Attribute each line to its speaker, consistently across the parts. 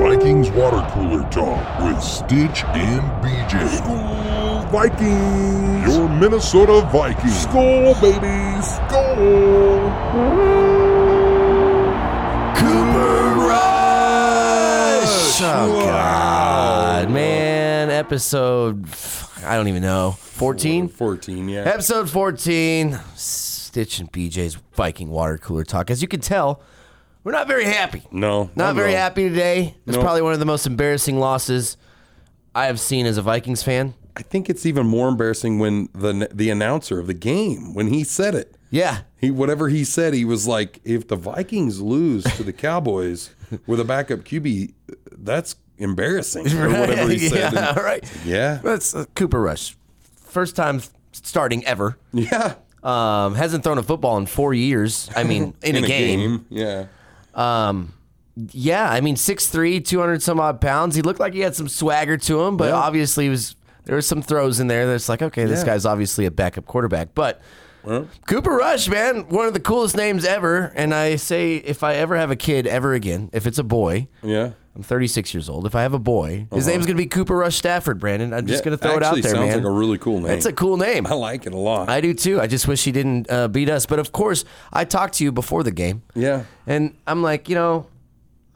Speaker 1: Vikings Water Cooler Talk with Stitch and BJ.
Speaker 2: School Vikings.
Speaker 1: Your Minnesota Vikings.
Speaker 2: School, baby. School.
Speaker 3: Cooper Rush. Oh,
Speaker 2: Wow.
Speaker 3: God, man. Episode, I don't even know, 14?
Speaker 2: 14, yeah.
Speaker 3: Episode 14, Stitch and BJ's Viking Water Cooler Talk. As you can tell, we're not very happy.
Speaker 2: no.
Speaker 3: Not
Speaker 2: no,
Speaker 3: very
Speaker 2: no.
Speaker 3: happy today. It's
Speaker 2: No.
Speaker 3: probably one of the most embarrassing losses I have seen as a Vikings fan.
Speaker 2: I think it's even more embarrassing when the the announcer of the game when he said it.
Speaker 3: Yeah.
Speaker 2: He whatever he said, he was like, if the Vikings lose to the Cowboys with a backup QB, that's embarrassing or whatever he said.
Speaker 3: yeah,
Speaker 2: And-
Speaker 3: all right.
Speaker 2: yeah.
Speaker 3: That's uh, Cooper Rush. First time s- starting ever.
Speaker 2: Yeah.
Speaker 3: Um, hasn't thrown a football in four years. I mean, in, a, game.
Speaker 2: Yeah.
Speaker 3: Um, Yeah, I mean, 6'3", 200 some odd pounds. He looked like he had some swagger to him, but
Speaker 2: Yeah.
Speaker 3: obviously he was there was some throws in there that's like, okay, this
Speaker 2: Yeah.
Speaker 3: guy's obviously a backup quarterback. But Cooper Rush, man, one of the coolest names ever. And I say, if I ever have a kid ever again, if it's a boy,
Speaker 2: Yeah.
Speaker 3: I'm 36 years old. If I have a boy, his name's going to be Cooper Rush Stafford, Brandon. I'm just
Speaker 2: Uh-huh. Yeah,
Speaker 3: going to throw it
Speaker 2: actually
Speaker 3: out there,
Speaker 2: sounds
Speaker 3: man.
Speaker 2: like a really cool name.
Speaker 3: That's a cool name.
Speaker 2: I like it a lot.
Speaker 3: I do too. I just wish he didn't uh, beat us. But of course, I talked to you before the game.
Speaker 2: yeah.
Speaker 3: And I'm like, you know,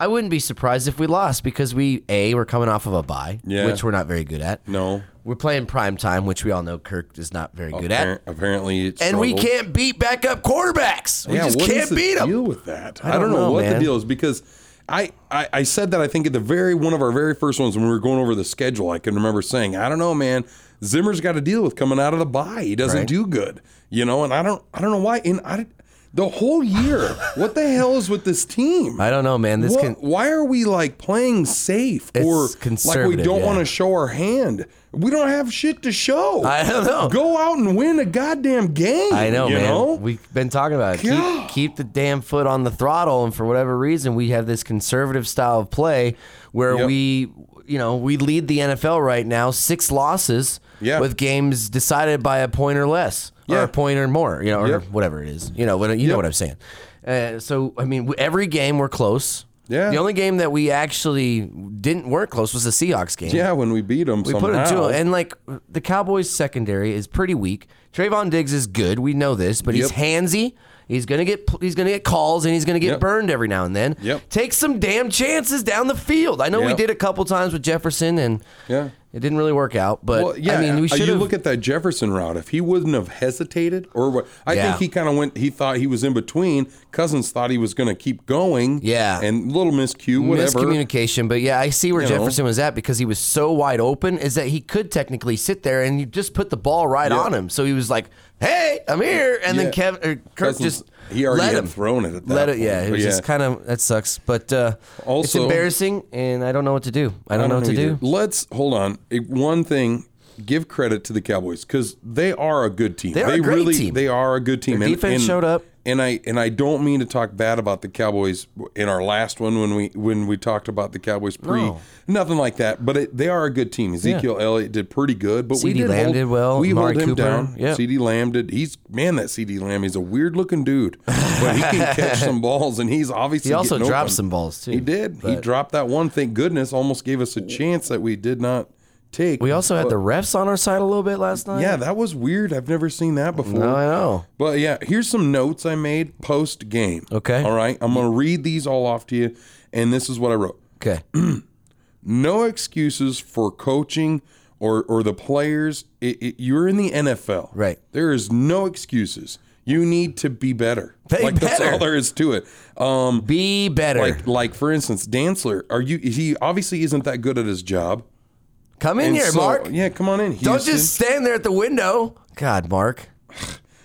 Speaker 3: I wouldn't be surprised if we lost because we a we're coming off of a bye,
Speaker 2: Yeah.
Speaker 3: which we're not very good at.
Speaker 2: No.
Speaker 3: We're playing prime time, which we all know Kirk is not very good at.
Speaker 2: Appar- Apparently, it
Speaker 3: And we
Speaker 2: struggled.
Speaker 3: can't beat backup quarterbacks. We
Speaker 2: Yeah,
Speaker 3: just
Speaker 2: what is
Speaker 3: can't
Speaker 2: the
Speaker 3: beat them.
Speaker 2: Deal with that. I
Speaker 3: don't know,
Speaker 2: what
Speaker 3: man.
Speaker 2: the deal is because I, I I said that I think at the very one of our very first ones when we were going over the schedule. I can remember saying I don't know, man. Zimmer's got to deal with coming out of the bye. He doesn't
Speaker 3: Right.
Speaker 2: do good, you know. And I don't I don't know why. And I the whole year, what the hell is with this team?
Speaker 3: I don't know, man. This
Speaker 2: What-
Speaker 3: can
Speaker 2: why are we like playing safe or like we
Speaker 3: conservative,
Speaker 2: don't
Speaker 3: yeah.
Speaker 2: want to show our hand? We don't have shit to show.
Speaker 3: I don't know.
Speaker 2: Go out and win a goddamn game.
Speaker 3: I know,
Speaker 2: you
Speaker 3: man.
Speaker 2: Know?
Speaker 3: We've been talking about it.
Speaker 2: Yeah.
Speaker 3: Keep, keep the damn foot on the throttle, and for whatever reason, we have this conservative style of play where
Speaker 2: Yep.
Speaker 3: we, you know, we lead the NFL right now six losses
Speaker 2: Yeah.
Speaker 3: with games decided by a point or less, or
Speaker 2: Yeah.
Speaker 3: a point or more, you know, or
Speaker 2: Yep.
Speaker 3: whatever it is. You know, what- you know what I'm saying. Uh, so I mean, w- every game we're close.
Speaker 2: Yeah.
Speaker 3: The only game that we actually didn't weren't close was the Seahawks game.
Speaker 2: Yeah, when we beat them,
Speaker 3: We put it to him. And like the Cowboys secondary is pretty weak. Trayvon Diggs is good. We know this, but he's
Speaker 2: Yep.
Speaker 3: handsy. He's gonna get he's gonna get calls and he's gonna get
Speaker 2: Yep.
Speaker 3: burned every now and then.
Speaker 2: Yep.
Speaker 3: Take some damn chances down the field. I know we
Speaker 2: Yep.
Speaker 3: did a couple times with Jefferson and
Speaker 2: Yeah.
Speaker 3: it didn't really work out. But
Speaker 2: well, yeah, uh,
Speaker 3: I mean we should
Speaker 2: You
Speaker 3: have
Speaker 2: look at that Jefferson route. If he wouldn't have hesitated, or what? I
Speaker 3: Yeah.
Speaker 2: think he kind of went. He thought he was in between. Cousins thought he was going to keep going.
Speaker 3: Yeah.
Speaker 2: and little miscue, whatever.
Speaker 3: miscommunication. But yeah, I see where
Speaker 2: You know.
Speaker 3: Jefferson was at because he was so wide open is that he could technically sit there and you just put the ball right
Speaker 2: Yeah.
Speaker 3: on him. So he was like, Hey, I'm here and then
Speaker 2: Yeah.
Speaker 3: Kevin or Kirk
Speaker 2: Cousins-
Speaker 3: just
Speaker 2: he already
Speaker 3: let
Speaker 2: had
Speaker 3: him.
Speaker 2: thrown it at that.
Speaker 3: let it
Speaker 2: point.
Speaker 3: yeah it
Speaker 2: But
Speaker 3: was just kind of that sucks but uh it's
Speaker 2: Also-
Speaker 3: embarrassing and i don't know what to do i don't, know what to
Speaker 2: either.
Speaker 3: do
Speaker 2: Let's hold on. Eh, One thing, give credit to the Cowboys because they are a good team.
Speaker 3: They are a great
Speaker 2: really,
Speaker 3: team.
Speaker 2: They are a good team.
Speaker 3: Their defense showed up.
Speaker 2: And I and I don't mean to talk bad about the Cowboys in our last one when we when we talked about the Cowboys pre
Speaker 3: No.
Speaker 2: nothing like that. But it, they are a good team. Ezekiel Elliott did pretty good, but
Speaker 3: CD
Speaker 2: we did
Speaker 3: Lamb
Speaker 2: hold,
Speaker 3: did well.
Speaker 2: We
Speaker 3: Amari
Speaker 2: hold him
Speaker 3: Cooper.
Speaker 2: down.
Speaker 3: Yeah.
Speaker 2: CD Lamb did. He's man, that CD Lamb. He's a weird looking dude, but he can catch some balls, and he's obviously
Speaker 3: he also
Speaker 2: getting
Speaker 3: dropped
Speaker 2: open.
Speaker 3: some balls too
Speaker 2: He did. he
Speaker 3: but
Speaker 2: dropped that one. Thank goodness, almost gave us a chance that we did not take.
Speaker 3: we also had the refs on our side a little bit last night
Speaker 2: yeah, that was weird. I've never seen that before.
Speaker 3: no i know
Speaker 2: But yeah, here's some notes I made post game.
Speaker 3: Okay.
Speaker 2: All right. I'm gonna read these all off to you, and this is what I wrote.
Speaker 3: okay
Speaker 2: No excuses for coaching or or the players. It, it, you're in the NFL,
Speaker 3: Right.
Speaker 2: There is no excuses. You need to be better.
Speaker 3: Be
Speaker 2: like that's
Speaker 3: better.
Speaker 2: all there is to it. Um,
Speaker 3: be better
Speaker 2: like like for instance, Dantzler. Are you? He obviously isn't that good at his job.
Speaker 3: come in
Speaker 2: And
Speaker 3: here
Speaker 2: so-
Speaker 3: mark
Speaker 2: Yeah, come on in.
Speaker 3: don't
Speaker 2: Houston.
Speaker 3: just stand there at the window god mark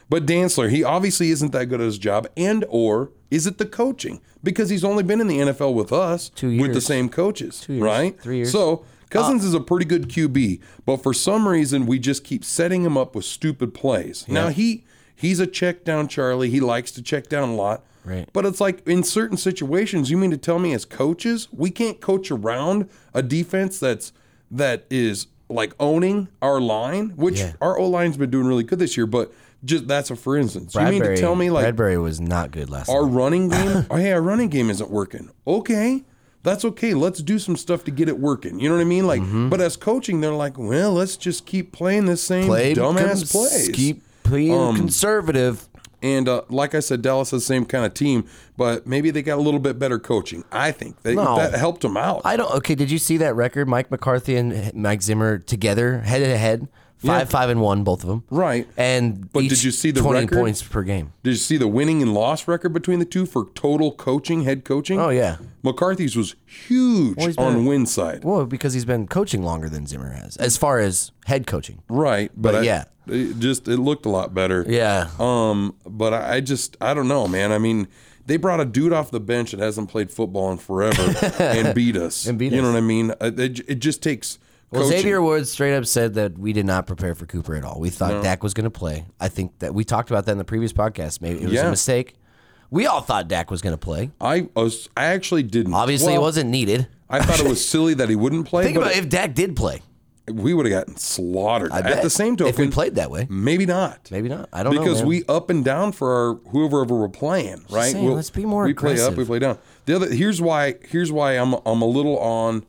Speaker 2: But Dantzler, he obviously isn't that good at his job, and or is it the coaching? Because he's only been in the NFL with us
Speaker 3: Two
Speaker 2: with the
Speaker 3: years.
Speaker 2: same coaches,
Speaker 3: years,
Speaker 2: right?
Speaker 3: three years.
Speaker 2: So
Speaker 3: Uh,
Speaker 2: Cousins is a pretty good QB, but for some reason we just keep setting him up with stupid plays. Now he he's a check down Charlie. He likes to check down a lot.
Speaker 3: Right.
Speaker 2: But it's like in certain situations, you mean to tell me as coaches, we can't coach around a defense that's that is like owning our line, which
Speaker 3: Yeah.
Speaker 2: our O line's been doing really good this year, but just that's a for instance.
Speaker 3: bradbury,
Speaker 2: you mean to tell me like
Speaker 3: bradbury was not good last
Speaker 2: our
Speaker 3: night
Speaker 2: running game? oh, hey, our running game isn't working. Okay. That's okay. Let's do some stuff to get it working. You know what I mean? Like,
Speaker 3: Mm-hmm.
Speaker 2: but as coaching, they're like, well, let's just keep playing the same
Speaker 3: Play cons-
Speaker 2: dumbass plays. Um,
Speaker 3: Keep playing conservative.
Speaker 2: And uh, like I said, Dallas has the same kind of team, but maybe they got a little bit better coaching. I think they,
Speaker 3: No.
Speaker 2: that helped them out.
Speaker 3: I don't. Okay, did you see that record? Mike McCarthy and Mike Zimmer together, head to head, five, five, and one, both of them.
Speaker 2: right.
Speaker 3: And
Speaker 2: But
Speaker 3: each
Speaker 2: did you see the
Speaker 3: twenty
Speaker 2: record?
Speaker 3: points per game?
Speaker 2: Did you see the winning and loss record between the two for total coaching, head coaching?
Speaker 3: Oh yeah.
Speaker 2: McCarthy's was huge
Speaker 3: he's been-
Speaker 2: on win side.
Speaker 3: Well, because he's been coaching longer than Zimmer has, as far as head coaching.
Speaker 2: Right. But,
Speaker 3: But
Speaker 2: I-
Speaker 3: yeah.
Speaker 2: It just it looked a lot better.
Speaker 3: Yeah.
Speaker 2: Um, but I, I just I don't know, man. I mean, they brought a dude off the bench that hasn't played football in forever and beat us.
Speaker 3: And beat
Speaker 2: you know
Speaker 3: us.
Speaker 2: what I mean? Uh, It, it just takes
Speaker 3: Well,
Speaker 2: coaching.
Speaker 3: Xavier Woods straight up said that we did not prepare for Cooper at all. We thought Dak was going to play. I think that we talked about that in the previous podcast. Maybe it was
Speaker 2: Yeah.
Speaker 3: a mistake. We all thought Dak was going to play.
Speaker 2: I was, I actually didn't.
Speaker 3: Obviously,
Speaker 2: Well,
Speaker 3: it wasn't needed.
Speaker 2: I thought it was silly that he wouldn't play.
Speaker 3: Think
Speaker 2: but
Speaker 3: about if Dak did play.
Speaker 2: we would have gotten slaughtered.
Speaker 3: I
Speaker 2: At
Speaker 3: bet.
Speaker 2: the same
Speaker 3: if we
Speaker 2: token,
Speaker 3: played that way,
Speaker 2: maybe not.
Speaker 3: maybe not. I don't know.
Speaker 2: because
Speaker 3: man.
Speaker 2: we up and down for our whoever we're playing, right?
Speaker 3: saying, let's be more
Speaker 2: We play
Speaker 3: aggressive.
Speaker 2: up, we play down. The other here's why here's why I'm I'm a little on.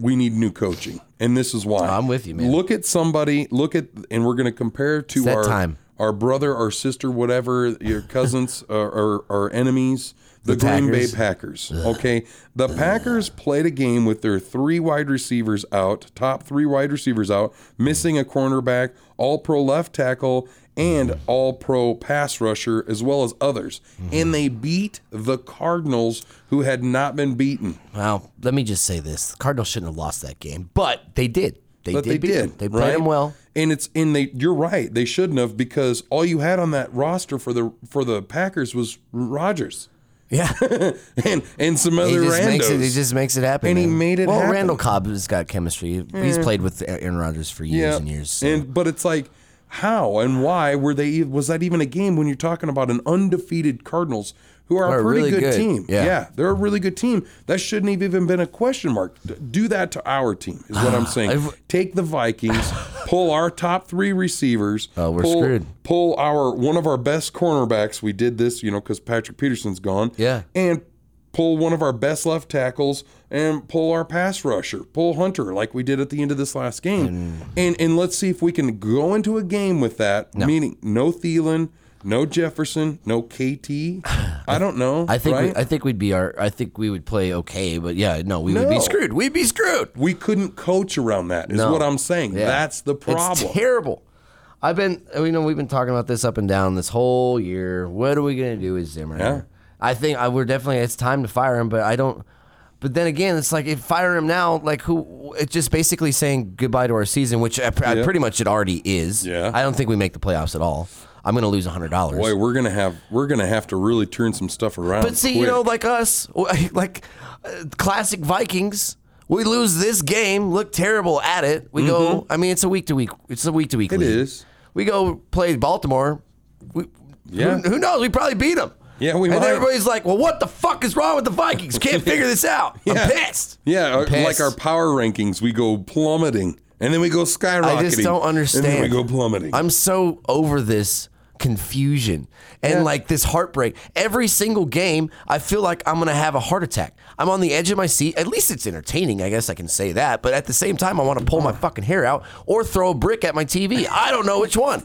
Speaker 2: We need new coaching, and this is why
Speaker 3: I'm with you, man.
Speaker 2: Look at somebody. Look at, and we're going to compare to
Speaker 3: that
Speaker 2: our
Speaker 3: time.
Speaker 2: our brother, our sister, whatever, your cousins, or, or our enemies, the, Green
Speaker 3: Packers.
Speaker 2: Bay Packers. Okay, the Packers played a game with their three wide receivers out, top three wide receivers out, missing a cornerback, all pro left tackle, and all pro pass rusher, as well as others, and they beat the Cardinals, who had not been beaten.
Speaker 3: Well, let me just say this: the Cardinals shouldn't have lost that game, but they did. They
Speaker 2: But
Speaker 3: did.
Speaker 2: they
Speaker 3: beat them.
Speaker 2: did.
Speaker 3: They
Speaker 2: right?
Speaker 3: played them well.
Speaker 2: And it's in they. You're right. They shouldn't have because all you had on that roster for the for the Packers was Rodgers.
Speaker 3: Yeah, he
Speaker 2: and and some other
Speaker 3: just makes it.
Speaker 2: randos.
Speaker 3: He just makes it happen.
Speaker 2: And he
Speaker 3: man.
Speaker 2: made it
Speaker 3: Well,
Speaker 2: happen.
Speaker 3: Randall Cobb has got chemistry. He's played with Aaron Rodgers for years and years. so-
Speaker 2: And but it's like how and why were they? e- Was that even a game when you're talking about an undefeated Cardinals who are,
Speaker 3: Are
Speaker 2: a pretty
Speaker 3: really
Speaker 2: good,
Speaker 3: good,
Speaker 2: team?
Speaker 3: yeah.
Speaker 2: they're a really good team. That shouldn't have even been a question mark. D- Do that to our team is what I'm saying.
Speaker 3: I've-
Speaker 2: Take the Vikings, pull our top three receivers.
Speaker 3: Oh, we're
Speaker 2: pull,
Speaker 3: screwed.
Speaker 2: Pull our one of our best cornerbacks. We did this, you know, because Patrick Peterson's gone.
Speaker 3: Yeah.
Speaker 2: and pull one of our best left tackles and pull our pass rusher, pull Hunter like we did at the end of this last game. And and let's see if we can go into a game with that, meaning no Thielen, no Jefferson, no KT. I don't know.
Speaker 3: I think
Speaker 2: right?
Speaker 3: we, I think we'd be our I think we would play okay, but yeah, no, we would
Speaker 2: No.
Speaker 3: be screwed. We'd be screwed.
Speaker 2: we couldn't coach around that. Is
Speaker 3: No.
Speaker 2: what I'm saying.
Speaker 3: Yeah.
Speaker 2: That's the problem.
Speaker 3: It's terrible. I've been you know we've been talking about this up and down this whole year. What are we gonna do with Zimmer?
Speaker 2: Yeah.
Speaker 3: I think I, we're definitely it's time to fire him, but I don't. But then again, it's like if fire him now, like who? It's just basically saying goodbye to our season, which I, I
Speaker 2: Yeah.
Speaker 3: pretty much it already is.
Speaker 2: Yeah.
Speaker 3: I don't think we make the playoffs at all. I'm gonna lose hundred dollars.
Speaker 2: Boy, we're gonna have we're gonna have to really turn some stuff around.
Speaker 3: But see, you
Speaker 2: quick.
Speaker 3: know, like us, like uh, classic Vikings, we lose this game, look terrible at it. We go. I mean, it's a week to week. It's a week to week.
Speaker 2: Mm-hmm. It is.
Speaker 3: We go play Baltimore. We,
Speaker 2: Yeah.
Speaker 3: Who, who knows? We probably beat them.
Speaker 2: Yeah, we
Speaker 3: And
Speaker 2: might.
Speaker 3: everybody's like, "Well, what the fuck is wrong with the Vikings? Can't figure this out.
Speaker 2: Yeah.
Speaker 3: I'm pissed."
Speaker 2: Yeah, uh, like
Speaker 3: pissed.
Speaker 2: our power rankings, we go plummeting, and then we go skyrocketing.
Speaker 3: I just don't
Speaker 2: And then we
Speaker 3: understand.
Speaker 2: go plummeting.
Speaker 3: I'm so over this confusion and like this heartbreak. Every single game, I feel like I'm gonna have a heart attack. I'm on the edge of my seat. At least it's entertaining, I guess I can say that. But at the same time, I want to pull my fucking hair out or throw a brick at my TV. I don't know which one.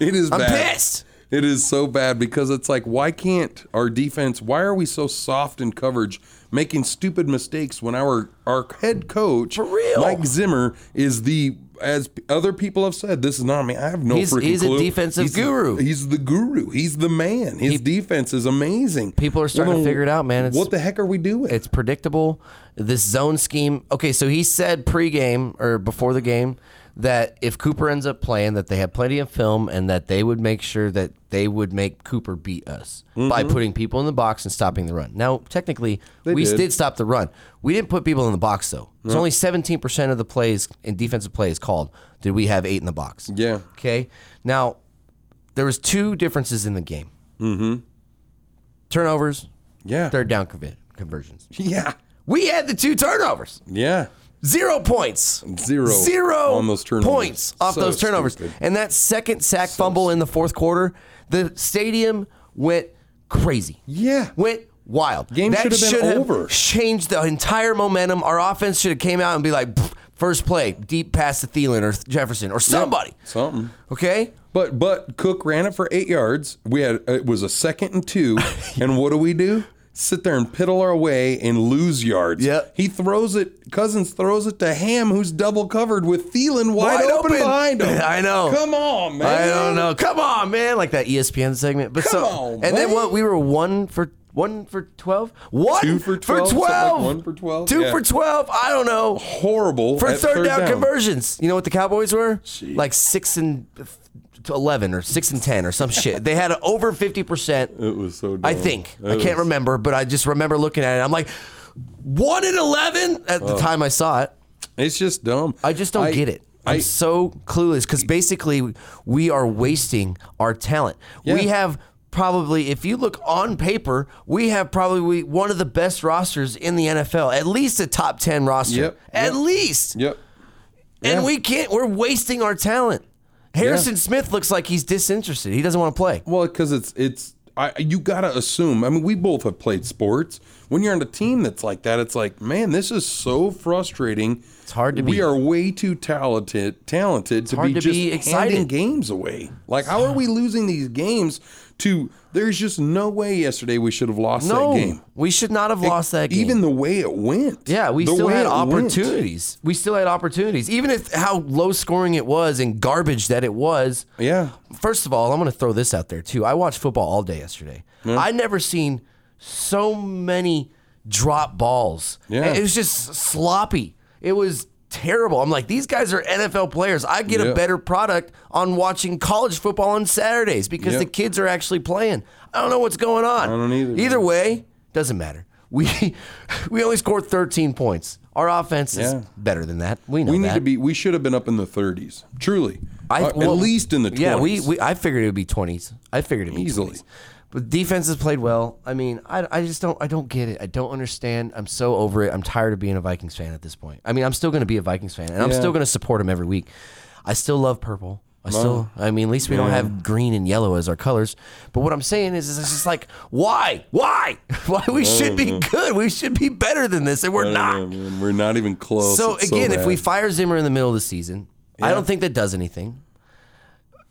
Speaker 2: It is
Speaker 3: I'm
Speaker 2: bad.
Speaker 3: pissed.
Speaker 2: It is so bad because it's like, why can't our defense? Why are we so soft in coverage, making stupid mistakes when our our head coach,
Speaker 3: For real.
Speaker 2: Mike Zimmer, is the as other people have said, this is not me. I have no
Speaker 3: He's-
Speaker 2: freaking
Speaker 3: he's a
Speaker 2: clue.
Speaker 3: defensive
Speaker 2: He's the-
Speaker 3: guru.
Speaker 2: he's the guru. He's the man. His defense is amazing.
Speaker 3: People are starting to
Speaker 2: Well,
Speaker 3: figure it out, man. It's-
Speaker 2: what the heck are we doing?
Speaker 3: It's predictable. This zone scheme. Okay, so he said pregame or before the game that if Cooper ends up playing, that they have plenty of film and that they would make sure that they would make Cooper beat us
Speaker 2: Mm-hmm.
Speaker 3: by putting people in the box and stopping the run. Now, technically, we
Speaker 2: did.
Speaker 3: did. stop the run. We didn't put people in the box though. It's only seventeen percent of the plays in defensive plays called did we have eight in the box.
Speaker 2: yeah,
Speaker 3: Okay. Now, there was two differences in the game. Mm-hmm. Turnovers,
Speaker 2: yeah,
Speaker 3: third down conver- conversions.
Speaker 2: yeah,
Speaker 3: We had the two turnovers.
Speaker 2: yeah.
Speaker 3: Zero points.
Speaker 2: Zero
Speaker 3: Zero
Speaker 2: on those turnovers.
Speaker 3: points off
Speaker 2: So
Speaker 3: those turnovers.
Speaker 2: stupid.
Speaker 3: And that second sack fumble in the fourth quarter, the stadium went crazy.
Speaker 2: Yeah.
Speaker 3: Went Wild.
Speaker 2: Game
Speaker 3: that
Speaker 2: should have been over.
Speaker 3: Changed the entire momentum. Our offense should have came out and be like, "Pfft, first play, deep pass to Thielen or Jefferson or somebody.
Speaker 2: Something.
Speaker 3: Okay.
Speaker 2: But but Cook ran it for eight yards. We had it was a second and two, and what do we do? Sit there and piddle our way and lose yards.
Speaker 3: Yep.
Speaker 2: He throws it. Cousins throws it to Ham, who's double covered with Thielen wide,
Speaker 3: Wide
Speaker 2: open.
Speaker 3: open.
Speaker 2: behind him.
Speaker 3: I know.
Speaker 2: Come on, man.
Speaker 3: I don't know. Come on, man. Like that E ESPN segment. But
Speaker 2: Come
Speaker 3: so,
Speaker 2: on,
Speaker 3: and then
Speaker 2: man.
Speaker 3: what? We were one for one for twelve. One
Speaker 2: Two for 12, something like
Speaker 3: 12.
Speaker 2: one for 12,
Speaker 3: Two
Speaker 2: yeah.
Speaker 3: for twelve. I don't know.
Speaker 2: Horrible
Speaker 3: For
Speaker 2: at
Speaker 3: third, down, conversions, you know what the Cowboys were? Like six and to eleven or six and ten or some shit. They had over fifty percent.
Speaker 2: It was so. Dumb.
Speaker 3: I think. I
Speaker 2: It
Speaker 3: can't
Speaker 2: Oh, was-
Speaker 3: remember, but I just remember looking at it. I'm like, one in eleven at
Speaker 2: Oh.
Speaker 3: the time I saw it.
Speaker 2: It's just dumb.
Speaker 3: I just don't get it. I'm
Speaker 2: I-
Speaker 3: so clueless because basically we are wasting our talent. We
Speaker 2: Yeah.
Speaker 3: have probably, if you look on paper, we have probably one of the best rosters in the NFL, at least a top 10 roster.
Speaker 2: Yep,
Speaker 3: At
Speaker 2: yep.
Speaker 3: least.
Speaker 2: Yep.
Speaker 3: And
Speaker 2: yeah.
Speaker 3: we can't, we're wasting our talent. Harrison Smith looks like he's disinterested. He doesn't want to play.
Speaker 2: Well, because it's it's I you gotta assume. I mean, we both have played sports. When you're on a team that's like that, it's like, man, this is so frustrating. It's
Speaker 3: hard to
Speaker 2: We
Speaker 3: be-
Speaker 2: are way too talented talented to
Speaker 3: hard
Speaker 2: be
Speaker 3: to
Speaker 2: just
Speaker 3: be
Speaker 2: handing
Speaker 3: excited.
Speaker 2: games away. Like, how are we losing these games? To there's just no way. Yesterday we should have lost
Speaker 3: No,
Speaker 2: that game. E
Speaker 3: we should not have lost that game.
Speaker 2: Even the way it went.
Speaker 3: Yeah, we
Speaker 2: The
Speaker 3: still
Speaker 2: way
Speaker 3: had
Speaker 2: it went.
Speaker 3: opportunities. We still had opportunities, even if how low scoring it was and garbage that it was.
Speaker 2: Yeah.
Speaker 3: First of all, I'm going to throw this out there too. I watched football all day yesterday.
Speaker 2: Hmm?
Speaker 3: I never seen so many drop balls.
Speaker 2: Yeah.
Speaker 3: It was just sloppy. It was terrible. I'm like, these guys are NFL players. I get
Speaker 2: Yeah.
Speaker 3: a better product on watching college football on Saturdays because
Speaker 2: Yeah.
Speaker 3: the kids are actually playing. I don't know what's going on.
Speaker 2: I don't either,
Speaker 3: Either way, doesn't matter. We we only scored 13 points. Our offense
Speaker 2: Yeah.
Speaker 3: is better than that. We know
Speaker 2: We need
Speaker 3: that.
Speaker 2: to be. We should have been up in the 30s. Truly,
Speaker 3: I-
Speaker 2: Uh,
Speaker 3: well,
Speaker 2: at least in the 20s.
Speaker 3: Yeah, we, we I figured it would be 20s. I figured it would be
Speaker 2: Easily.
Speaker 3: 20s. But defense has played well. I mean, I, I just don't I don't get it. I don't understand. I'm so over it. I'm tired of being a Vikings fan at this point. I mean, I'm still going to be a Vikings fan, and I'm
Speaker 2: Yeah.
Speaker 3: still going to support them every week. I still love purple. I still. I mean, at least we don't have green and yellow as our colors. But what I'm saying is, is it's just like, why, why, why? We should be
Speaker 2: Mm-hmm.
Speaker 3: good. We should be better than this, and we're
Speaker 2: I
Speaker 3: not.
Speaker 2: don't know, man. We're not even close.
Speaker 3: So
Speaker 2: It's
Speaker 3: again, if
Speaker 2: bad.
Speaker 3: we fire Zimmer in the middle of the season, I don't think that does anything.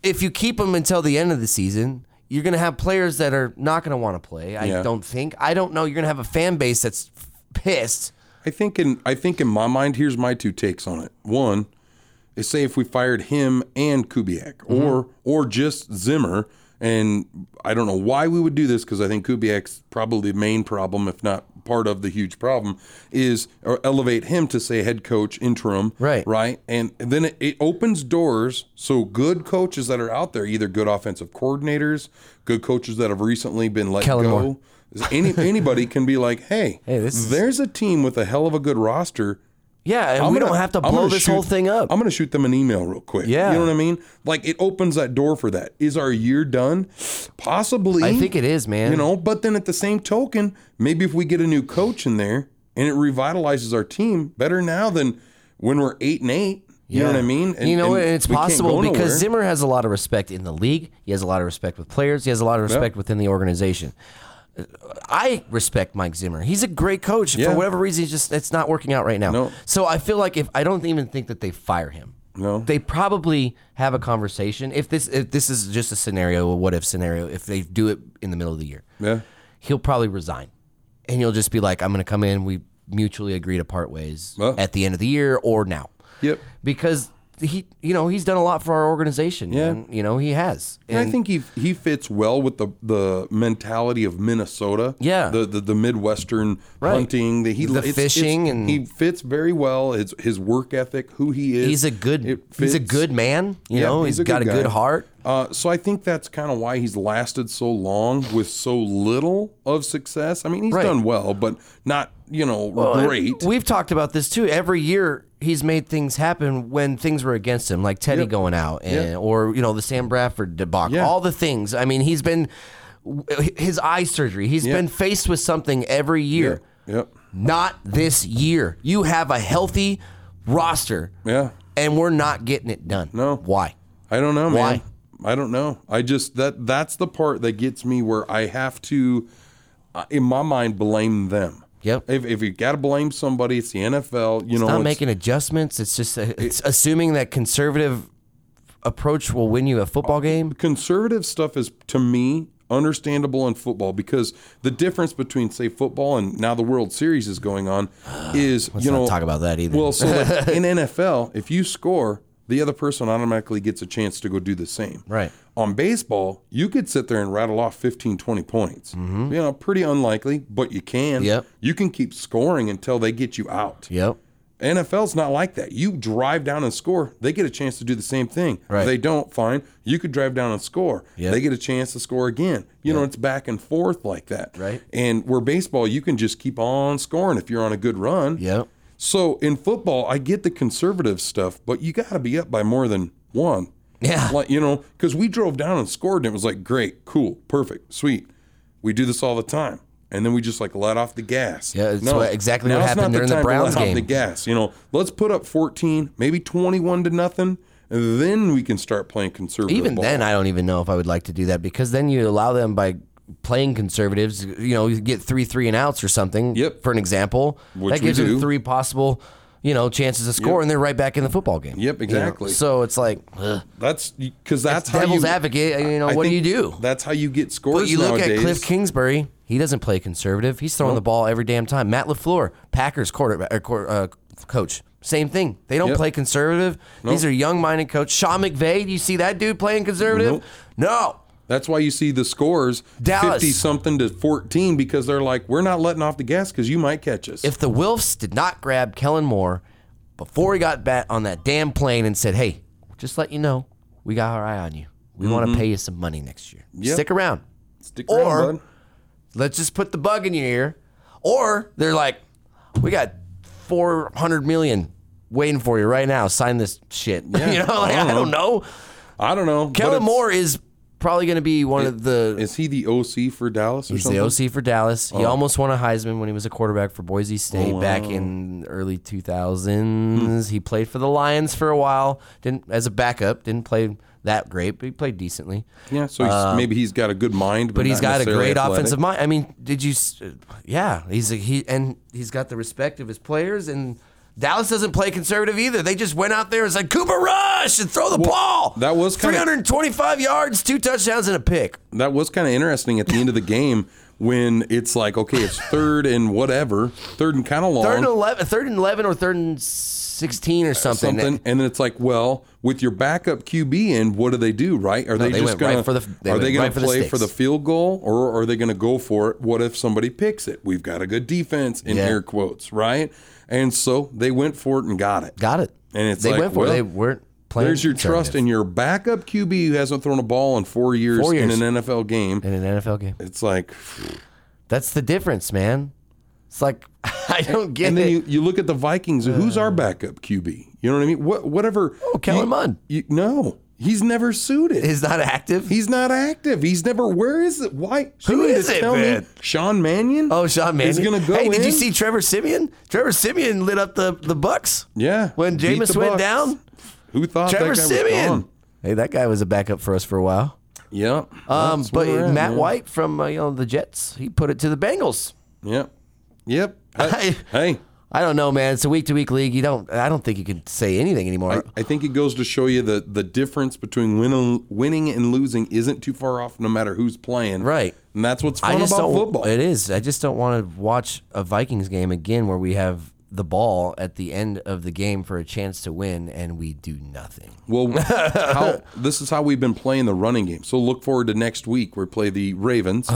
Speaker 3: If you keep him until the end of the season, you're going to have players that are not going to want to play. I
Speaker 2: Yeah.
Speaker 3: don't think. I don't know. You're going to have a fan base that's pissed.
Speaker 2: I think in I think in my mind, here's my two takes on it. One is say if we fired him and Kubiak,
Speaker 3: Mm-hmm.
Speaker 2: or or just Zimmer, and I don't know why we would do this because I think Kubiak's probably the main problem, if not part of the huge problem, is or elevate him to say head coach interim,
Speaker 3: Right.
Speaker 2: right, and then it, it opens doors so good coaches that are out there, either good offensive coordinators, good coaches that have recently been let
Speaker 3: Kellen
Speaker 2: go.
Speaker 3: Moore.
Speaker 2: Any, anybody can be like, hey,
Speaker 3: Hey, this is-
Speaker 2: there's a team with a hell of a good roster.
Speaker 3: Yeah, and
Speaker 2: I'm
Speaker 3: we
Speaker 2: gonna-
Speaker 3: don't have to
Speaker 2: I'm
Speaker 3: blow
Speaker 2: gonna
Speaker 3: this
Speaker 2: shoot-
Speaker 3: whole thing up.
Speaker 2: I'm going to shoot them an email real quick.
Speaker 3: Yeah.
Speaker 2: You know what I mean? Like it opens that door for that. Is our year done? Possibly.
Speaker 3: I think it is, man.
Speaker 2: You know, but then at the same token, maybe if we get a new coach in there and it revitalizes our team better now than when we're eight and eight. You know what I mean? And,
Speaker 3: you know,
Speaker 2: and
Speaker 3: and it's
Speaker 2: we can't go
Speaker 3: possible
Speaker 2: nowhere.
Speaker 3: because Zimmer has a lot of respect in the league. He has a lot of respect with players. He has a lot of respect within the organization. Uh, I respect Mike Zimmer. He's a great coach.
Speaker 2: Yeah.
Speaker 3: For whatever reason, he's just it's not working out right now.
Speaker 2: No.
Speaker 3: So I feel like if I don't even think that they fire him.
Speaker 2: No.
Speaker 3: They probably have a conversation. If this if this is just a scenario, a what if scenario, if they do it in the middle of the year
Speaker 2: Yeah.
Speaker 3: he'll probably resign and he'll just be like i'm gonna come in we mutually agree to part ways
Speaker 2: Well.
Speaker 3: at the end of the year or now
Speaker 2: Yep.
Speaker 3: because he you know he's done a lot for our organization yeah man. you know he has
Speaker 2: And I think he he fits well with the the mentality of Minnesota.
Speaker 3: Yeah.
Speaker 2: the the, the midwestern
Speaker 3: Right.
Speaker 2: hunting. The, he,
Speaker 3: The fishing and-
Speaker 2: he fits very well. His his work ethic, who he is.
Speaker 3: he's a good
Speaker 2: it
Speaker 3: he's a
Speaker 2: fits.
Speaker 3: good man you
Speaker 2: Yeah,
Speaker 3: know
Speaker 2: he's
Speaker 3: he's
Speaker 2: a
Speaker 3: got
Speaker 2: good
Speaker 3: a good
Speaker 2: guy.
Speaker 3: heart
Speaker 2: Uh, so I think that's kind of why he's lasted so long with so little of success. I mean, he's
Speaker 3: Right.
Speaker 2: done well, but not you know great.
Speaker 3: We've talked about this too. Every year he's made things happen when things were against him, like Teddy going out, and, or you know the Sam Bradford debacle.
Speaker 2: Yeah.
Speaker 3: All the things. I mean, he's been his eye surgery. He's been faced with something every year.
Speaker 2: Yep.
Speaker 3: Not this year. You have a healthy roster,
Speaker 2: Yeah.
Speaker 3: and we're not getting it done.
Speaker 2: No.
Speaker 3: why?
Speaker 2: I don't know, man.
Speaker 3: Why?
Speaker 2: I don't know. I just that that's the part that gets me where I have to uh, in my mind, blame them.
Speaker 3: Yep.
Speaker 2: If, if you got to blame somebody, it's the NFL. You know,
Speaker 3: not
Speaker 2: it's-
Speaker 3: making adjustments. It's just uh, it's assuming that conservative approach will win you a football game.
Speaker 2: conservative stuff is to me understandable in football because the difference between say football and now the World Series is going on is you
Speaker 3: not
Speaker 2: know
Speaker 3: talk about that either.
Speaker 2: Well, so like in NFL, if you score, the other person automatically gets a chance to go do the same.
Speaker 3: Right.
Speaker 2: On baseball, you could sit there and rattle off 15, 20 points. You know, pretty unlikely, but you can.
Speaker 3: Mm-hmm. Yep.
Speaker 2: You can keep scoring until they get you out.
Speaker 3: Yep.
Speaker 2: NFL's not like that. You drive down and score, they get a chance to do the same thing.
Speaker 3: Right.
Speaker 2: If they don't, fine. You could drive down and score.
Speaker 3: Yep.
Speaker 2: They get a chance to score again. You know, it's back and forth like that.
Speaker 3: Right.
Speaker 2: And where baseball, you can just keep on scoring if you're on a good run.
Speaker 3: Yep.
Speaker 2: So in football, I get the conservative stuff, but you got to be up by more than one.
Speaker 3: Yeah.
Speaker 2: Like, you know, because we drove down and scored, and it was like, great, cool, perfect, sweet. We do this all the time. And then we just like let off the gas.
Speaker 3: Yeah, it's what- exactly what
Speaker 2: now's
Speaker 3: happened
Speaker 2: not
Speaker 3: during the
Speaker 2: time to
Speaker 3: Browns
Speaker 2: let off
Speaker 3: game.
Speaker 2: the gas. You know, let's put up 14, maybe 21 to nothing. And then we can start playing conservative.
Speaker 3: Even
Speaker 2: ball.
Speaker 3: then, I don't even know if I would like to do that because then you allow them by playing conservatives. You know, you get three three and outs or something.
Speaker 2: Yep.
Speaker 3: For an example,
Speaker 2: Which
Speaker 3: that gives
Speaker 2: we
Speaker 3: them
Speaker 2: do.
Speaker 3: three possible, you know, chances to score, and they're right back in the football game.
Speaker 2: Yep,
Speaker 3: You know,
Speaker 2: exactly.
Speaker 3: So it's like ugh,
Speaker 2: that's because that's how
Speaker 3: devil's
Speaker 2: you,
Speaker 3: advocate. You know,
Speaker 2: I
Speaker 3: what do you
Speaker 2: think
Speaker 3: do?
Speaker 2: That's how you get scores.
Speaker 3: But you look
Speaker 2: nowadays.
Speaker 3: at Cliff Kingsbury. He doesn't play conservative. He's throwing the ball every damn time. Matt Lafleur, Packers quarterback or, quar- uh, coach, same thing. They don't
Speaker 2: Yep.
Speaker 3: play conservative. These are young-minded coach. Sean McVay. Do you see that dude playing conservative?
Speaker 2: Nope.
Speaker 3: No.
Speaker 2: That's why you see the scores
Speaker 3: Dallas.
Speaker 2: 50 something to 14 because they're like, we're not letting off the gas because you might catch us.
Speaker 3: If the Wilfs did not grab Kellen Moore before he got bat on that damn plane and said, "Hey, just let you know, we got our eye on you. We want to pay you some money next year.
Speaker 2: Mm-hmm. Yep.
Speaker 3: Stick around.
Speaker 2: Stick
Speaker 3: or-
Speaker 2: around, bud.
Speaker 3: let's just put the bug in your ear. Or they're like, we got 400 million waiting for you right now. Sign this shit. you know, like, I, don't know.
Speaker 2: I don't know. Uh-huh. but
Speaker 3: Kellen
Speaker 2: it's-
Speaker 3: Moore is probably going to be one of the.
Speaker 2: Is Oh. he the OC for Dallas or
Speaker 3: He's
Speaker 2: something?
Speaker 3: the OC for Dallas. He almost won a Heisman when he was a quarterback for Boise State back in early 2000s. He played for the Lions for a while. Didn't as a backup. Didn't play that great, but he played decently.
Speaker 2: Yeah, so he's, maybe he's got a good mind, but,
Speaker 3: Um, but he's
Speaker 2: not
Speaker 3: got a
Speaker 2: necessarily
Speaker 3: great
Speaker 2: athletic.
Speaker 3: offensive mind. I mean, did you? s- Yeah, he's a, he and he's got the respect of his players. And Dallas doesn't play conservative either. They just went out there and said Cooper Rush and throw the ball.
Speaker 2: that was kinda-
Speaker 3: 325 yards, two touchdowns, and a pick.
Speaker 2: That was kind of interesting at the end of the game when it's like, okay, it's third and whatever, third and kind of long.
Speaker 3: Third and eleven, third and eleven, or third and sixteen, or something.
Speaker 2: Uh, something, and then it's like, well, with your backup QB in, what do they do? Right? Are they,
Speaker 3: they
Speaker 2: just
Speaker 3: went
Speaker 2: going
Speaker 3: right for the- they
Speaker 2: Are
Speaker 3: went
Speaker 2: they going
Speaker 3: right for
Speaker 2: to
Speaker 3: the
Speaker 2: play
Speaker 3: sticks.
Speaker 2: for the field goal, or are they going to go for it? What if somebody picks it? We've got a good defense in
Speaker 3: Yeah.
Speaker 2: air quotes, right? And so they went for it and got it.
Speaker 3: Got it.
Speaker 2: And it's
Speaker 3: they
Speaker 2: like,
Speaker 3: went for it.
Speaker 2: well,
Speaker 3: They weren't playing.
Speaker 2: There's your trust
Speaker 3: conservative
Speaker 2: in your backup QB who hasn't thrown a ball in four years,
Speaker 3: Four years.
Speaker 2: in an NFL game.
Speaker 3: in an NFL game.
Speaker 2: It's like,
Speaker 3: That's the difference, man. It's like I don't get
Speaker 2: and then
Speaker 3: it.
Speaker 2: you, you look at the Vikings. Who's our backup QB? You know what I mean? What whatever. Oh,
Speaker 3: Uh. Kellen Mond.
Speaker 2: no, he's never suited.
Speaker 3: He's not active.
Speaker 2: He's not active. He's never. Where is it? Why?
Speaker 3: Who
Speaker 2: You mean
Speaker 3: is
Speaker 2: to
Speaker 3: it,
Speaker 2: tell me
Speaker 3: man?
Speaker 2: Sean Mannion.
Speaker 3: Oh, Sean Mannion.
Speaker 2: Is gonna go
Speaker 3: Hey, did you
Speaker 2: in?
Speaker 3: see Trevor Simeon? Trevor Simeon lit up the, the Bucks.
Speaker 2: Yeah.
Speaker 3: When
Speaker 2: Beat
Speaker 3: Jameis
Speaker 2: the
Speaker 3: went
Speaker 2: Bucks.
Speaker 3: down,
Speaker 2: Who thought that guy
Speaker 3: Trevor
Speaker 2: was
Speaker 3: Simeon.
Speaker 2: gone?
Speaker 3: Hey, that guy was a backup for us for a while.
Speaker 2: Yep.
Speaker 3: Um,
Speaker 2: That's
Speaker 3: but
Speaker 2: where we're at,
Speaker 3: Matt
Speaker 2: man.
Speaker 3: White from uh, you know the Jets, he put it to the Bengals.
Speaker 2: Yep. Yep. Hey. hey.
Speaker 3: I don't know, man. It's a week to week league. You don't. I don't think you can say anything anymore.
Speaker 2: I think it goes to show you the, the difference between win, winning and losing isn't too far off, no matter who's playing.
Speaker 3: Right.
Speaker 2: And that's what's
Speaker 3: I,
Speaker 2: fun about
Speaker 3: just don't.
Speaker 2: football.
Speaker 3: It is. I just don't want to watch a Vikings game again where we have the ball at the end of the game for a chance to win and we do nothing.
Speaker 2: Well, how, this is how we've been playing the running game. So look forward to next week. We play the Ravens,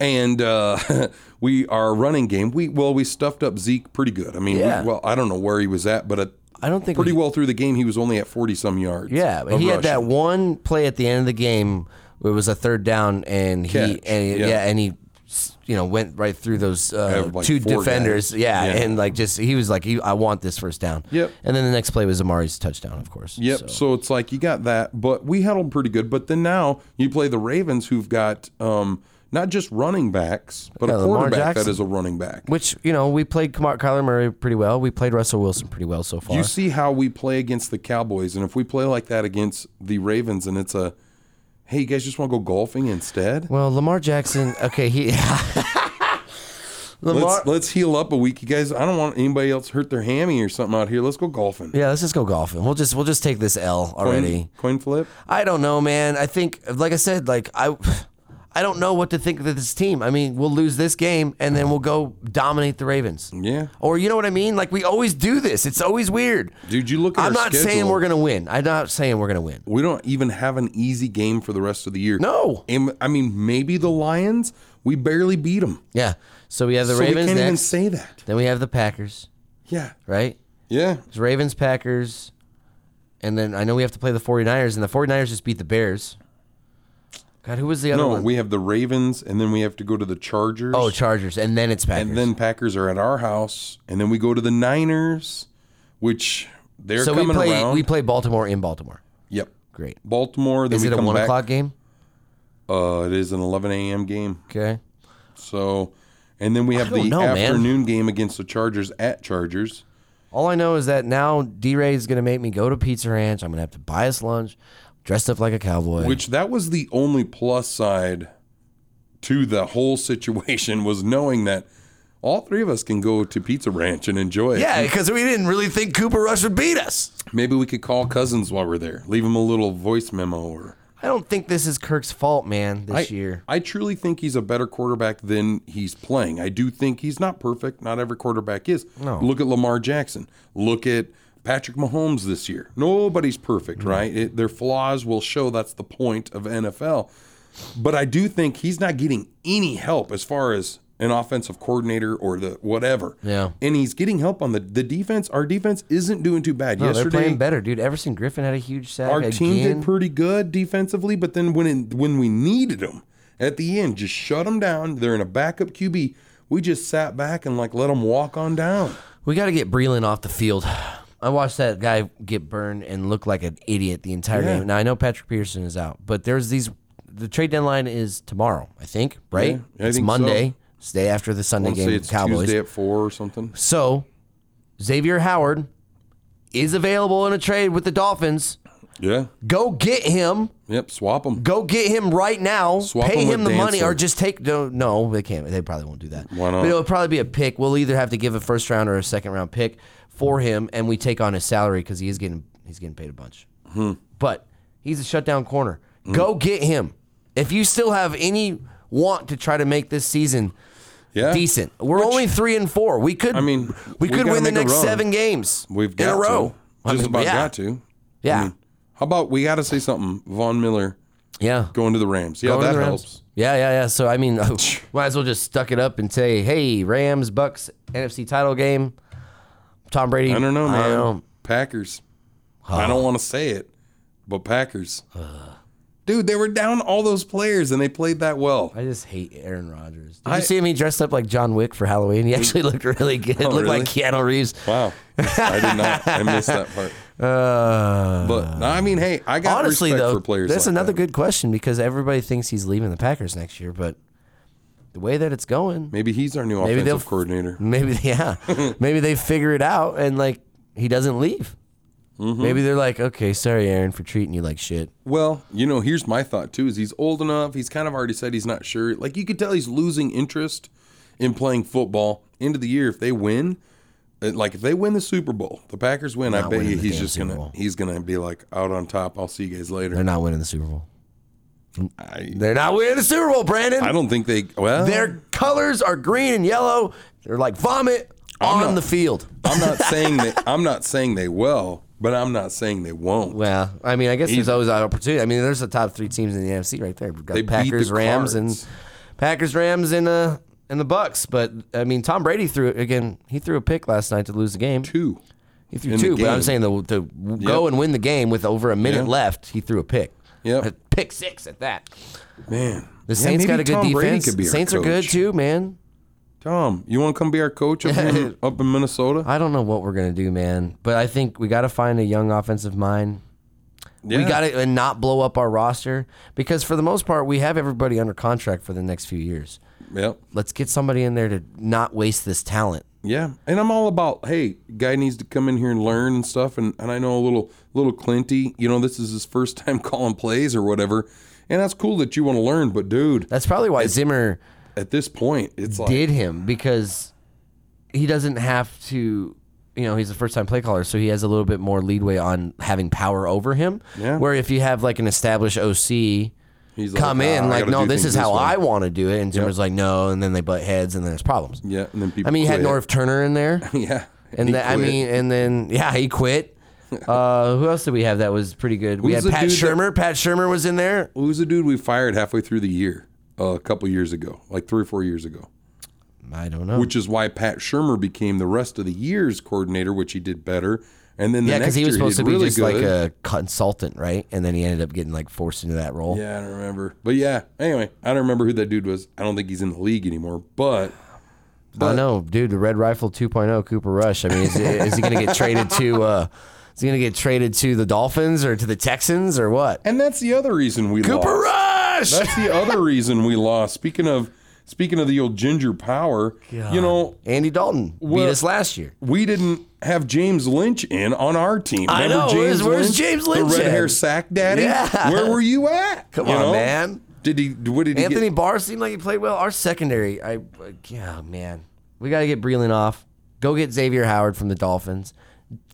Speaker 2: and uh, we our running game. We well, we stuffed up Zeke pretty good. I mean,
Speaker 3: Yeah.
Speaker 2: we, well, I don't know where he was at, but a,
Speaker 3: I don't think
Speaker 2: pretty
Speaker 3: we-
Speaker 2: well through the game, he was only at forty some yards.
Speaker 3: Yeah, but
Speaker 2: of
Speaker 3: he had
Speaker 2: rushing.
Speaker 3: that one play at the end of the game. Where it was a third down, and he
Speaker 2: Catch,
Speaker 3: and
Speaker 2: yeah.
Speaker 3: yeah. and he, s- you know, went right through those uh,
Speaker 2: Have, like,
Speaker 3: two
Speaker 2: four
Speaker 3: defenders.
Speaker 2: guys.
Speaker 3: Yeah,
Speaker 2: Yeah.
Speaker 3: and like just he was like, he, I want this first down.
Speaker 2: Yep.
Speaker 3: And then the next play was Amari's touchdown, of course.
Speaker 2: Yep.
Speaker 3: So-
Speaker 2: So. it's like you got that, but we held them pretty good. But then now you play the Ravens, who've got um, not just running backs, but
Speaker 3: Yeah,
Speaker 2: a
Speaker 3: Lamar
Speaker 2: quarterback that
Speaker 3: Jackson.
Speaker 2: is a running back.
Speaker 3: Which you know we played Kamar Kyler Murray pretty well. We played Russell Wilson pretty well so far.
Speaker 2: You see how we play against the Cowboys, and if we play like that against the Ravens, and it's a, hey, you guys just want to go golfing instead?
Speaker 3: well, Lamar Jackson. Okay, he Lamar.
Speaker 2: Let's let's heal up a week, you guys. I don't want anybody else hurt their hammy or something out here. Let's go golfing.
Speaker 3: yeah, let's just go golfing. We'll just we'll just take this L
Speaker 2: Coin-
Speaker 3: already.
Speaker 2: Coin flip.
Speaker 3: I don't know, man. I think, like I said, like I, I don't know what to think of this team. I mean, we'll lose this game and then we'll go dominate the Ravens.
Speaker 2: Yeah.
Speaker 3: Or you know what I mean? Like we always do this. It's always weird.
Speaker 2: Dude, you look at
Speaker 3: I'm
Speaker 2: our
Speaker 3: not
Speaker 2: schedule.
Speaker 3: saying we're gonna win. I'm not saying we're gonna win.
Speaker 2: We don't even have an easy game for the rest of the year.
Speaker 3: No.
Speaker 2: And, I mean, maybe the Lions. We barely beat them,
Speaker 3: Yeah. So we have the
Speaker 2: so we
Speaker 3: Ravens
Speaker 2: can't even
Speaker 3: next.
Speaker 2: say that.
Speaker 3: Then we have the Packers,
Speaker 2: Yeah.
Speaker 3: right?
Speaker 2: Yeah.
Speaker 3: It's Ravens, Packers, and then I know we have to play the 49ers, and the 49ers just beat the Bears. God, who was the other
Speaker 2: No,
Speaker 3: one?
Speaker 2: we have the Ravens, and then we have to go to the Chargers.
Speaker 3: oh, Chargers, and then it's Packers.
Speaker 2: and then Packers are at our house, and then we go to the Niners, which they're
Speaker 3: so we
Speaker 2: coming
Speaker 3: play
Speaker 2: around.
Speaker 3: we play Baltimore in Baltimore.
Speaker 2: yep.
Speaker 3: Great.
Speaker 2: Baltimore. Then
Speaker 3: Is
Speaker 2: we
Speaker 3: it a
Speaker 2: come
Speaker 3: one
Speaker 2: back.
Speaker 3: o'clock game?
Speaker 2: Uh, it is an 11 a.m. game.
Speaker 3: Okay.
Speaker 2: So, and then we have
Speaker 3: don't
Speaker 2: the
Speaker 3: know, man.
Speaker 2: afternoon game against the Chargers at Chargers.
Speaker 3: All I know is that now D Ray is going to make me go to Pizza Ranch. I'm going to have to buy us lunch, dressed up like a cowboy.
Speaker 2: Which that was the only plus side to the whole situation was knowing that all three of us can go to Pizza Ranch and enjoy it.
Speaker 3: yeah, because we didn't really think Cooper Rush would beat us.
Speaker 2: Maybe we could call cousins while we're there. Leave them a little voice memo or
Speaker 3: I don't think this is Kirk's fault, man,
Speaker 2: I,
Speaker 3: this year.
Speaker 2: I truly think he's a better quarterback than he's playing. I do think he's not perfect. Not every quarterback is.
Speaker 3: No.
Speaker 2: Look at Lamar Jackson. Look at Patrick Mahomes this year. Nobody's perfect, right? It, their flaws will show that's the point of NFL. But I do think he's not getting any help as far as an offensive coordinator or the whatever.
Speaker 3: Yeah.
Speaker 2: And he's getting help on the the defense. Our defense isn't doing too bad.
Speaker 3: No, they're
Speaker 2: Yesterday
Speaker 3: playing better, dude. Everson Griffin had a huge sack.
Speaker 2: our team
Speaker 3: again.
Speaker 2: did pretty good defensively, but then when it, when we needed them at the end, just shut them down. They're in a backup QB. We just sat back and like let them walk on down.
Speaker 3: We got to get Breland off the field. I watched that guy get burned and look like an idiot the entire
Speaker 2: Yeah.
Speaker 3: game. Now I know Patrick Peterson is out, but there's these. The trade deadline is tomorrow, I think. Right?
Speaker 2: Yeah, I
Speaker 3: it's
Speaker 2: think so.
Speaker 3: Monday. It's the day after the Sunday
Speaker 2: I
Speaker 3: game.
Speaker 2: say
Speaker 3: with
Speaker 2: it's
Speaker 3: the Cowboys.
Speaker 2: Tuesday at four or something.
Speaker 3: So Xavier Howard is available in a trade with the Dolphins.
Speaker 2: Yeah.
Speaker 3: Go get him.
Speaker 2: Yep. Swap them.
Speaker 3: Go get him right now.
Speaker 2: Swap
Speaker 3: Pay
Speaker 2: him
Speaker 3: him,
Speaker 2: with
Speaker 3: the money,
Speaker 2: Dantzler.
Speaker 3: or just take. No, no, they can't. They probably won't do that.
Speaker 2: Why not?
Speaker 3: But it'll probably be a pick. We'll either have to give a first round or a second round pick for him, and we take on his salary because he is getting he's getting paid a bunch.
Speaker 2: Hmm.
Speaker 3: But he's a shutdown corner. Go get him. If you still have any want to try to make this season
Speaker 2: Yeah.
Speaker 3: decent, we're only three and four. We could. I
Speaker 2: Eh. mean,
Speaker 3: we
Speaker 2: we
Speaker 3: could
Speaker 2: gotta
Speaker 3: win the
Speaker 2: make a
Speaker 3: next
Speaker 2: run.
Speaker 3: seven games.
Speaker 2: We've got
Speaker 3: in a row.
Speaker 2: To.
Speaker 3: I
Speaker 2: Just
Speaker 3: mean,
Speaker 2: about
Speaker 3: yeah.
Speaker 2: got to.
Speaker 3: Yeah.
Speaker 2: How about we got to say something? Von Miller
Speaker 3: yeah.
Speaker 2: going to the Rams. Yeah,
Speaker 3: Going to
Speaker 2: Oh, that
Speaker 3: the Rams.
Speaker 2: helps.
Speaker 3: Yeah, yeah, yeah. So I mean, might as well just stuck it up and say, "Hey, Rams, Bucks, NFC title game." Tom Brady.
Speaker 2: I don't know, man.
Speaker 3: don't-
Speaker 2: Packers. I don't want to say it, but Packers. Dude, they were down all those players and they played that well.
Speaker 3: I just hate Aaron Rodgers. Did
Speaker 2: I- Oh,
Speaker 3: you see him? He dressed up like John Wick for Halloween. He actually looked really good. looked like Keanu Reeves.
Speaker 2: Wow. I did not. I missed that part.
Speaker 3: Uh,
Speaker 2: But I mean, hey, I got
Speaker 3: honestly,
Speaker 2: respect
Speaker 3: though,
Speaker 2: for players.
Speaker 3: that's
Speaker 2: like
Speaker 3: another
Speaker 2: that.
Speaker 3: good question because everybody thinks he's leaving the Packers next year, but the way that it's going,
Speaker 2: Maybe he's our new
Speaker 3: Maybe they'll
Speaker 2: offensive coordinator.
Speaker 3: Maybe yeah. maybe they figure it out and like he doesn't leave.
Speaker 2: Mm-hmm.
Speaker 3: Maybe they're like, okay, sorry, Aaron, for treating you like shit.
Speaker 2: Well, you know, here's my thought too: is he's old enough? He's kind of already said he's not sure. Like you could tell he's losing interest in playing football. End of the year, if they win, uh, like if they win the Super Bowl, the Packers win. I bet
Speaker 3: winning
Speaker 2: you
Speaker 3: the
Speaker 2: he's
Speaker 3: damn
Speaker 2: just
Speaker 3: Super
Speaker 2: gonna
Speaker 3: Bowl.
Speaker 2: he's gonna be like out on top. I'll see you guys later.
Speaker 3: They're not winning the Super Bowl.
Speaker 2: I,
Speaker 3: They're not winning the Super Bowl, Brandon.
Speaker 2: I don't think they. Well,
Speaker 3: Their colors are green and yellow. They're like vomit on
Speaker 2: not-
Speaker 3: the field.
Speaker 2: I'm not saying that. I'm not saying they will, but I'm not saying they won't.
Speaker 3: Well, I mean, I guess there's always an opportunity. I mean, there's the top three teams in the NFC right there. We've got
Speaker 2: They beat the
Speaker 3: Packers, Rams,
Speaker 2: Cards.
Speaker 3: and Packers, Rams, and uh, and the Bucks. But I mean, Tom Brady threw again. He threw a pick last night to lose the game.
Speaker 2: Two.
Speaker 3: He threw
Speaker 2: in the
Speaker 3: two, but I'm
Speaker 2: game.
Speaker 3: saying the, to go and win the game with over a minute
Speaker 2: Yeah.
Speaker 3: left, he threw a pick.
Speaker 2: Yep.
Speaker 3: A pick six at that.
Speaker 2: Man,
Speaker 3: The Saints got a good
Speaker 2: Tom Brady
Speaker 3: defense.
Speaker 2: could be our
Speaker 3: Saints are good
Speaker 2: coach.
Speaker 3: too, man.
Speaker 2: Tom, you want to come be our coach up, in, up in Minnesota?
Speaker 3: I don't know what we're gonna do, man. But I think we got to find a young offensive mind. We
Speaker 2: Yeah.
Speaker 3: got to and not blow up our roster because for the most part we have everybody under contract for the next few years.
Speaker 2: Yep.
Speaker 3: Let's get somebody in there to not waste this talent.
Speaker 2: Yeah, and I'm all about hey, guy needs to come in here and learn and stuff. And, and I know a little little Clinty, you know, this is his first time calling plays or whatever, and that's cool that you want to learn. But dude,
Speaker 3: That's probably why Zimmer
Speaker 2: at this point, it's like
Speaker 3: did him because he doesn't have to. You know, he's a first time play caller, so he has a little bit more leadway on having power over him.
Speaker 2: Yeah.
Speaker 3: Where if you have like an established OC
Speaker 2: he's
Speaker 3: come
Speaker 2: "Ah, I
Speaker 3: in, like,
Speaker 2: gotta
Speaker 3: no,
Speaker 2: do
Speaker 3: this
Speaker 2: things
Speaker 3: is how
Speaker 2: way."
Speaker 3: I want to do it, and Zimmer's like, no, and then they butt heads, and then there's problems.
Speaker 2: Yeah, and then people.
Speaker 3: I mean, you had
Speaker 2: quit.
Speaker 3: Norv Turner in there.
Speaker 2: Yeah,
Speaker 3: And
Speaker 2: he
Speaker 3: then, I
Speaker 2: quit.
Speaker 3: mean, and then yeah, he quit. Uh, who else did we have that was pretty good? We
Speaker 2: Who's
Speaker 3: had
Speaker 2: the
Speaker 3: Pat
Speaker 2: dude that-
Speaker 3: Shermer. Pat Shermer was in there.
Speaker 2: who's the dude we fired halfway through the year uh, a couple years ago, like three or four years ago?
Speaker 3: I don't know.
Speaker 2: Which is why Pat Shermer became the rest of the year's coordinator, which he did better. And then the
Speaker 3: yeah, because
Speaker 2: next
Speaker 3: he was
Speaker 2: year
Speaker 3: supposed to
Speaker 2: did
Speaker 3: be
Speaker 2: really
Speaker 3: just
Speaker 2: good.
Speaker 3: like a consultant, right? And then he ended up getting like forced into that role.
Speaker 2: Yeah, I don't remember. But yeah, anyway, I don't remember who that dude was. I don't think he's in the league anymore. But
Speaker 3: I don't know, dude. The Red Rifle 2.0, Cooper Rush. I mean, is, is he going to get traded to? Uh, is he going to get traded to the Dolphins or to the Texans or what?
Speaker 2: and that's the other reason we
Speaker 3: Cooper
Speaker 2: lost.
Speaker 3: Rush.
Speaker 2: That's the other reason we lost. Speaking of speaking of the old ginger power, you know,
Speaker 3: Andy Dalton
Speaker 2: Well-
Speaker 3: beat us last year.
Speaker 2: we didn't have James Lynch in on our team.
Speaker 3: I
Speaker 2: Remember
Speaker 3: know, where's-
Speaker 2: James
Speaker 3: where's
Speaker 2: Lynch,
Speaker 3: James Lynch
Speaker 2: the red
Speaker 3: at?
Speaker 2: hair sack daddy?
Speaker 3: Yeah.
Speaker 2: Where were you at?
Speaker 3: Come
Speaker 2: You
Speaker 3: on,
Speaker 2: know?
Speaker 3: man.
Speaker 2: Did he? What did he?
Speaker 3: Anthony
Speaker 2: Get?
Speaker 3: Barr seemed like he played well. Our secondary, I yeah, man, we got to get Breland off. Go get Xavier Howard from the Dolphins.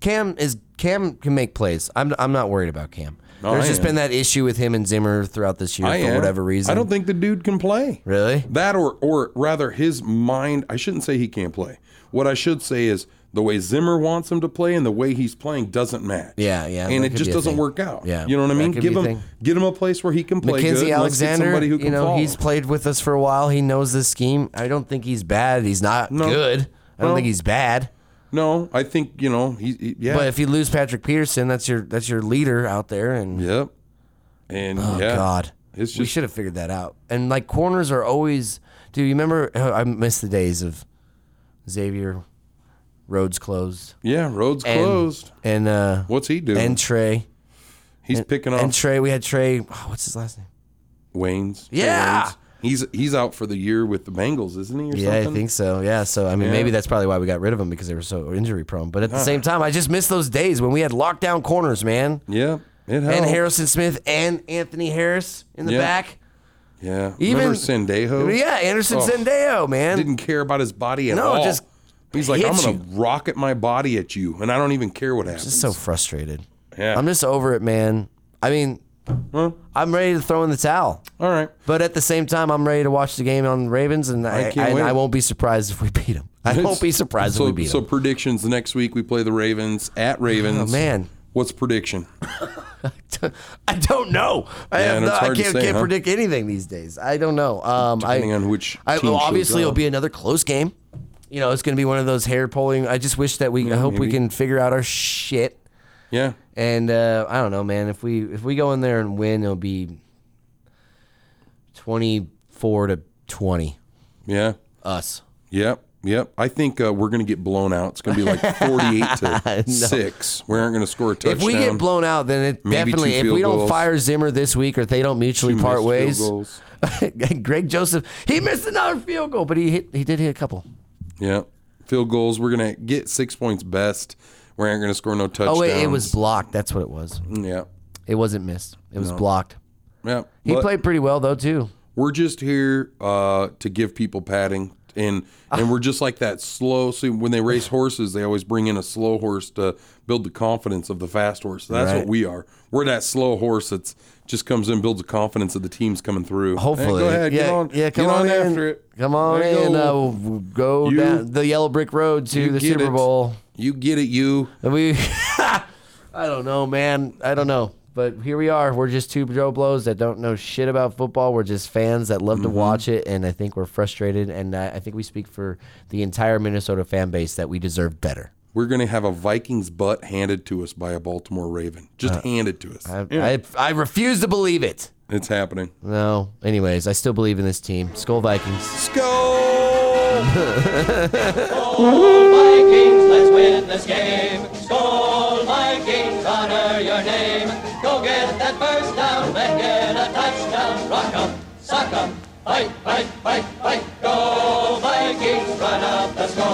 Speaker 3: Cam is Cam can make plays. I'm I'm not worried about Cam.
Speaker 2: No,
Speaker 3: There's
Speaker 2: I
Speaker 3: just
Speaker 2: am.
Speaker 3: been that issue with him and Zimmer throughout this year
Speaker 2: I
Speaker 3: for
Speaker 2: am.
Speaker 3: whatever reason.
Speaker 2: Oh, I don't think the dude can play.
Speaker 3: really.
Speaker 2: That or or rather his mind I shouldn't say he can't play. What I should say is the way Zimmer wants him to play and the way he's playing doesn't match.
Speaker 3: Yeah, yeah,
Speaker 2: And
Speaker 3: that
Speaker 2: it
Speaker 3: could
Speaker 2: just
Speaker 3: be a
Speaker 2: doesn't
Speaker 3: thing.
Speaker 2: work out.
Speaker 3: Yeah,
Speaker 2: You know what I
Speaker 3: that
Speaker 2: mean?
Speaker 3: could
Speaker 2: Give
Speaker 3: be a
Speaker 2: him
Speaker 3: thing.
Speaker 2: get him a place where he can play good.
Speaker 3: Mackenzie
Speaker 2: and let's get
Speaker 3: Alexander,
Speaker 2: somebody who can
Speaker 3: you know,
Speaker 2: follow
Speaker 3: he's
Speaker 2: him.
Speaker 3: played with us for a while. He knows this scheme. I don't think he's bad. He's not good. I don't
Speaker 2: No.
Speaker 3: think he's bad.
Speaker 2: No, I think, you know, he, he- yeah.
Speaker 3: But if you lose Patrick Peterson, that's your that's your leader out there and
Speaker 2: yep. And
Speaker 3: Oh
Speaker 2: yeah.
Speaker 3: God,
Speaker 2: It's
Speaker 3: we
Speaker 2: just-
Speaker 3: should have figured that out. And like corners are always. Do you remember? oh, I miss the days of Xavier, roads closed,
Speaker 2: Yeah, roads
Speaker 3: and,
Speaker 2: closed.
Speaker 3: and uh,
Speaker 2: What's he doing?
Speaker 3: and Trey,
Speaker 2: he's picking off
Speaker 3: and Trey. We had Trey. oh, what's his last name?
Speaker 2: Wayne's.
Speaker 3: Yeah.
Speaker 2: Wayne's. He's he's out for the year with the Bengals, isn't he? Or
Speaker 3: Yeah, I
Speaker 2: something?
Speaker 3: think so. Yeah, so I mean, maybe that's probably why we got rid of him because they were so injury prone. But at the same time, I just miss those days when we had lockdown corners, man.
Speaker 2: Yeah. It helped.
Speaker 3: And Harrison Smith and Anthony Harris in the
Speaker 2: Yeah.
Speaker 3: back.
Speaker 2: Yeah.
Speaker 3: Even-
Speaker 2: Remember Sendejo?
Speaker 3: Yeah, Anderson
Speaker 2: Oh.
Speaker 3: Zendeo, man.
Speaker 2: didn't care about his body at
Speaker 3: No,
Speaker 2: all.
Speaker 3: just
Speaker 2: he's like,
Speaker 3: hit
Speaker 2: I'm
Speaker 3: you."
Speaker 2: gonna rocket my body at you, and I don't even care what happens.
Speaker 3: just so frustrated.
Speaker 2: Yeah.
Speaker 3: I'm just over it, man. I mean, I'm ready to throw in the towel.
Speaker 2: all right,
Speaker 3: But at the same time, I'm ready to watch the game on the Ravens, and I, I,
Speaker 2: can't wait.
Speaker 3: I won't be surprised if we beat them. I won't be surprised
Speaker 2: so,
Speaker 3: if we beat
Speaker 2: So
Speaker 3: them.
Speaker 2: predictions next week we play the Ravens at Ravens.
Speaker 3: Oh, man.
Speaker 2: what's prediction?
Speaker 3: I don't know. I,
Speaker 2: Yeah,
Speaker 3: have
Speaker 2: and it's
Speaker 3: no- I
Speaker 2: hard to
Speaker 3: can't,
Speaker 2: say,
Speaker 3: can't
Speaker 2: huh?
Speaker 3: predict anything these days. I don't know. Um,
Speaker 2: Depending
Speaker 3: I,
Speaker 2: on which
Speaker 3: I,
Speaker 2: team
Speaker 3: well,
Speaker 2: shows
Speaker 3: obviously, it'll
Speaker 2: up.
Speaker 3: be another close game. You know, it's going to be one of those hair pulling. I just wish that we. I hope we
Speaker 2: maybe.
Speaker 3: can figure out our shit.
Speaker 2: Yeah,
Speaker 3: And uh, I don't know, man. If we if we go in there and win, it'll be twenty four to twenty.
Speaker 2: yeah,
Speaker 3: Us.
Speaker 2: yep, yep. I think uh, we're gonna get blown out. It's gonna be like 48 to six. We aren't gonna score a touchdown.
Speaker 3: If we get blown out, then it
Speaker 2: Maybe two
Speaker 3: definitely. If
Speaker 2: field
Speaker 3: we don't
Speaker 2: goals.
Speaker 3: fire Zimmer this week, or if they don't mutually
Speaker 2: Two
Speaker 3: part
Speaker 2: missed field
Speaker 3: ways,
Speaker 2: goals.
Speaker 3: Greg Joseph he missed another field goal, but he hit he did hit a couple.
Speaker 2: yeah, field goals. We're gonna get six points best. We aren't gonna score no touchdowns. Mm,
Speaker 3: Oh wait, it was blocked. That's what it was.
Speaker 2: yeah,
Speaker 3: It wasn't missed. It was blocked.
Speaker 2: yeah.
Speaker 3: He
Speaker 2: But-
Speaker 3: played pretty well though too.
Speaker 2: We're just here uh, to give people padding, and and we're just like that slow. See, when they race horses, they always bring in a slow horse to build the confidence of the fast horse. That's
Speaker 3: Right.
Speaker 2: what we are. We're that slow horse that's just comes in, builds the confidence of the teams coming through. Hey,
Speaker 3: Hopefully,
Speaker 2: go ahead,
Speaker 3: yeah,
Speaker 2: get on,
Speaker 3: yeah. Come
Speaker 2: get
Speaker 3: on, in.
Speaker 2: after it.
Speaker 3: Come on
Speaker 2: There you
Speaker 3: in.
Speaker 2: go.
Speaker 3: Go, uh, we'll go
Speaker 2: You-
Speaker 3: down the yellow brick road to
Speaker 2: You
Speaker 3: the
Speaker 2: get
Speaker 3: Super
Speaker 2: it.
Speaker 3: Bowl.
Speaker 2: you get it, you.
Speaker 3: And we, I don't know, man. I don't know. But here we are. We're just two Joe Blows that don't know shit about football. We're just fans that love to watch it, and I think we're frustrated. And I, I think we speak for the entire Minnesota fan base that we deserve better.
Speaker 2: We're gonna have a Vikings butt handed to us by a Baltimore Raven. Just handed to us.
Speaker 3: I, I, I refuse to believe it.
Speaker 2: it's happening.
Speaker 3: No. Anyways, I still believe in this team. Skull Vikings.
Speaker 2: Skull.
Speaker 4: Vikings, let's win this game. Score, Vikings, honor your name. Go get that first down, then get a touchdown. Rock 'em, suck 'em, fight, fight, fight, fight. Go Vikings, run up the score.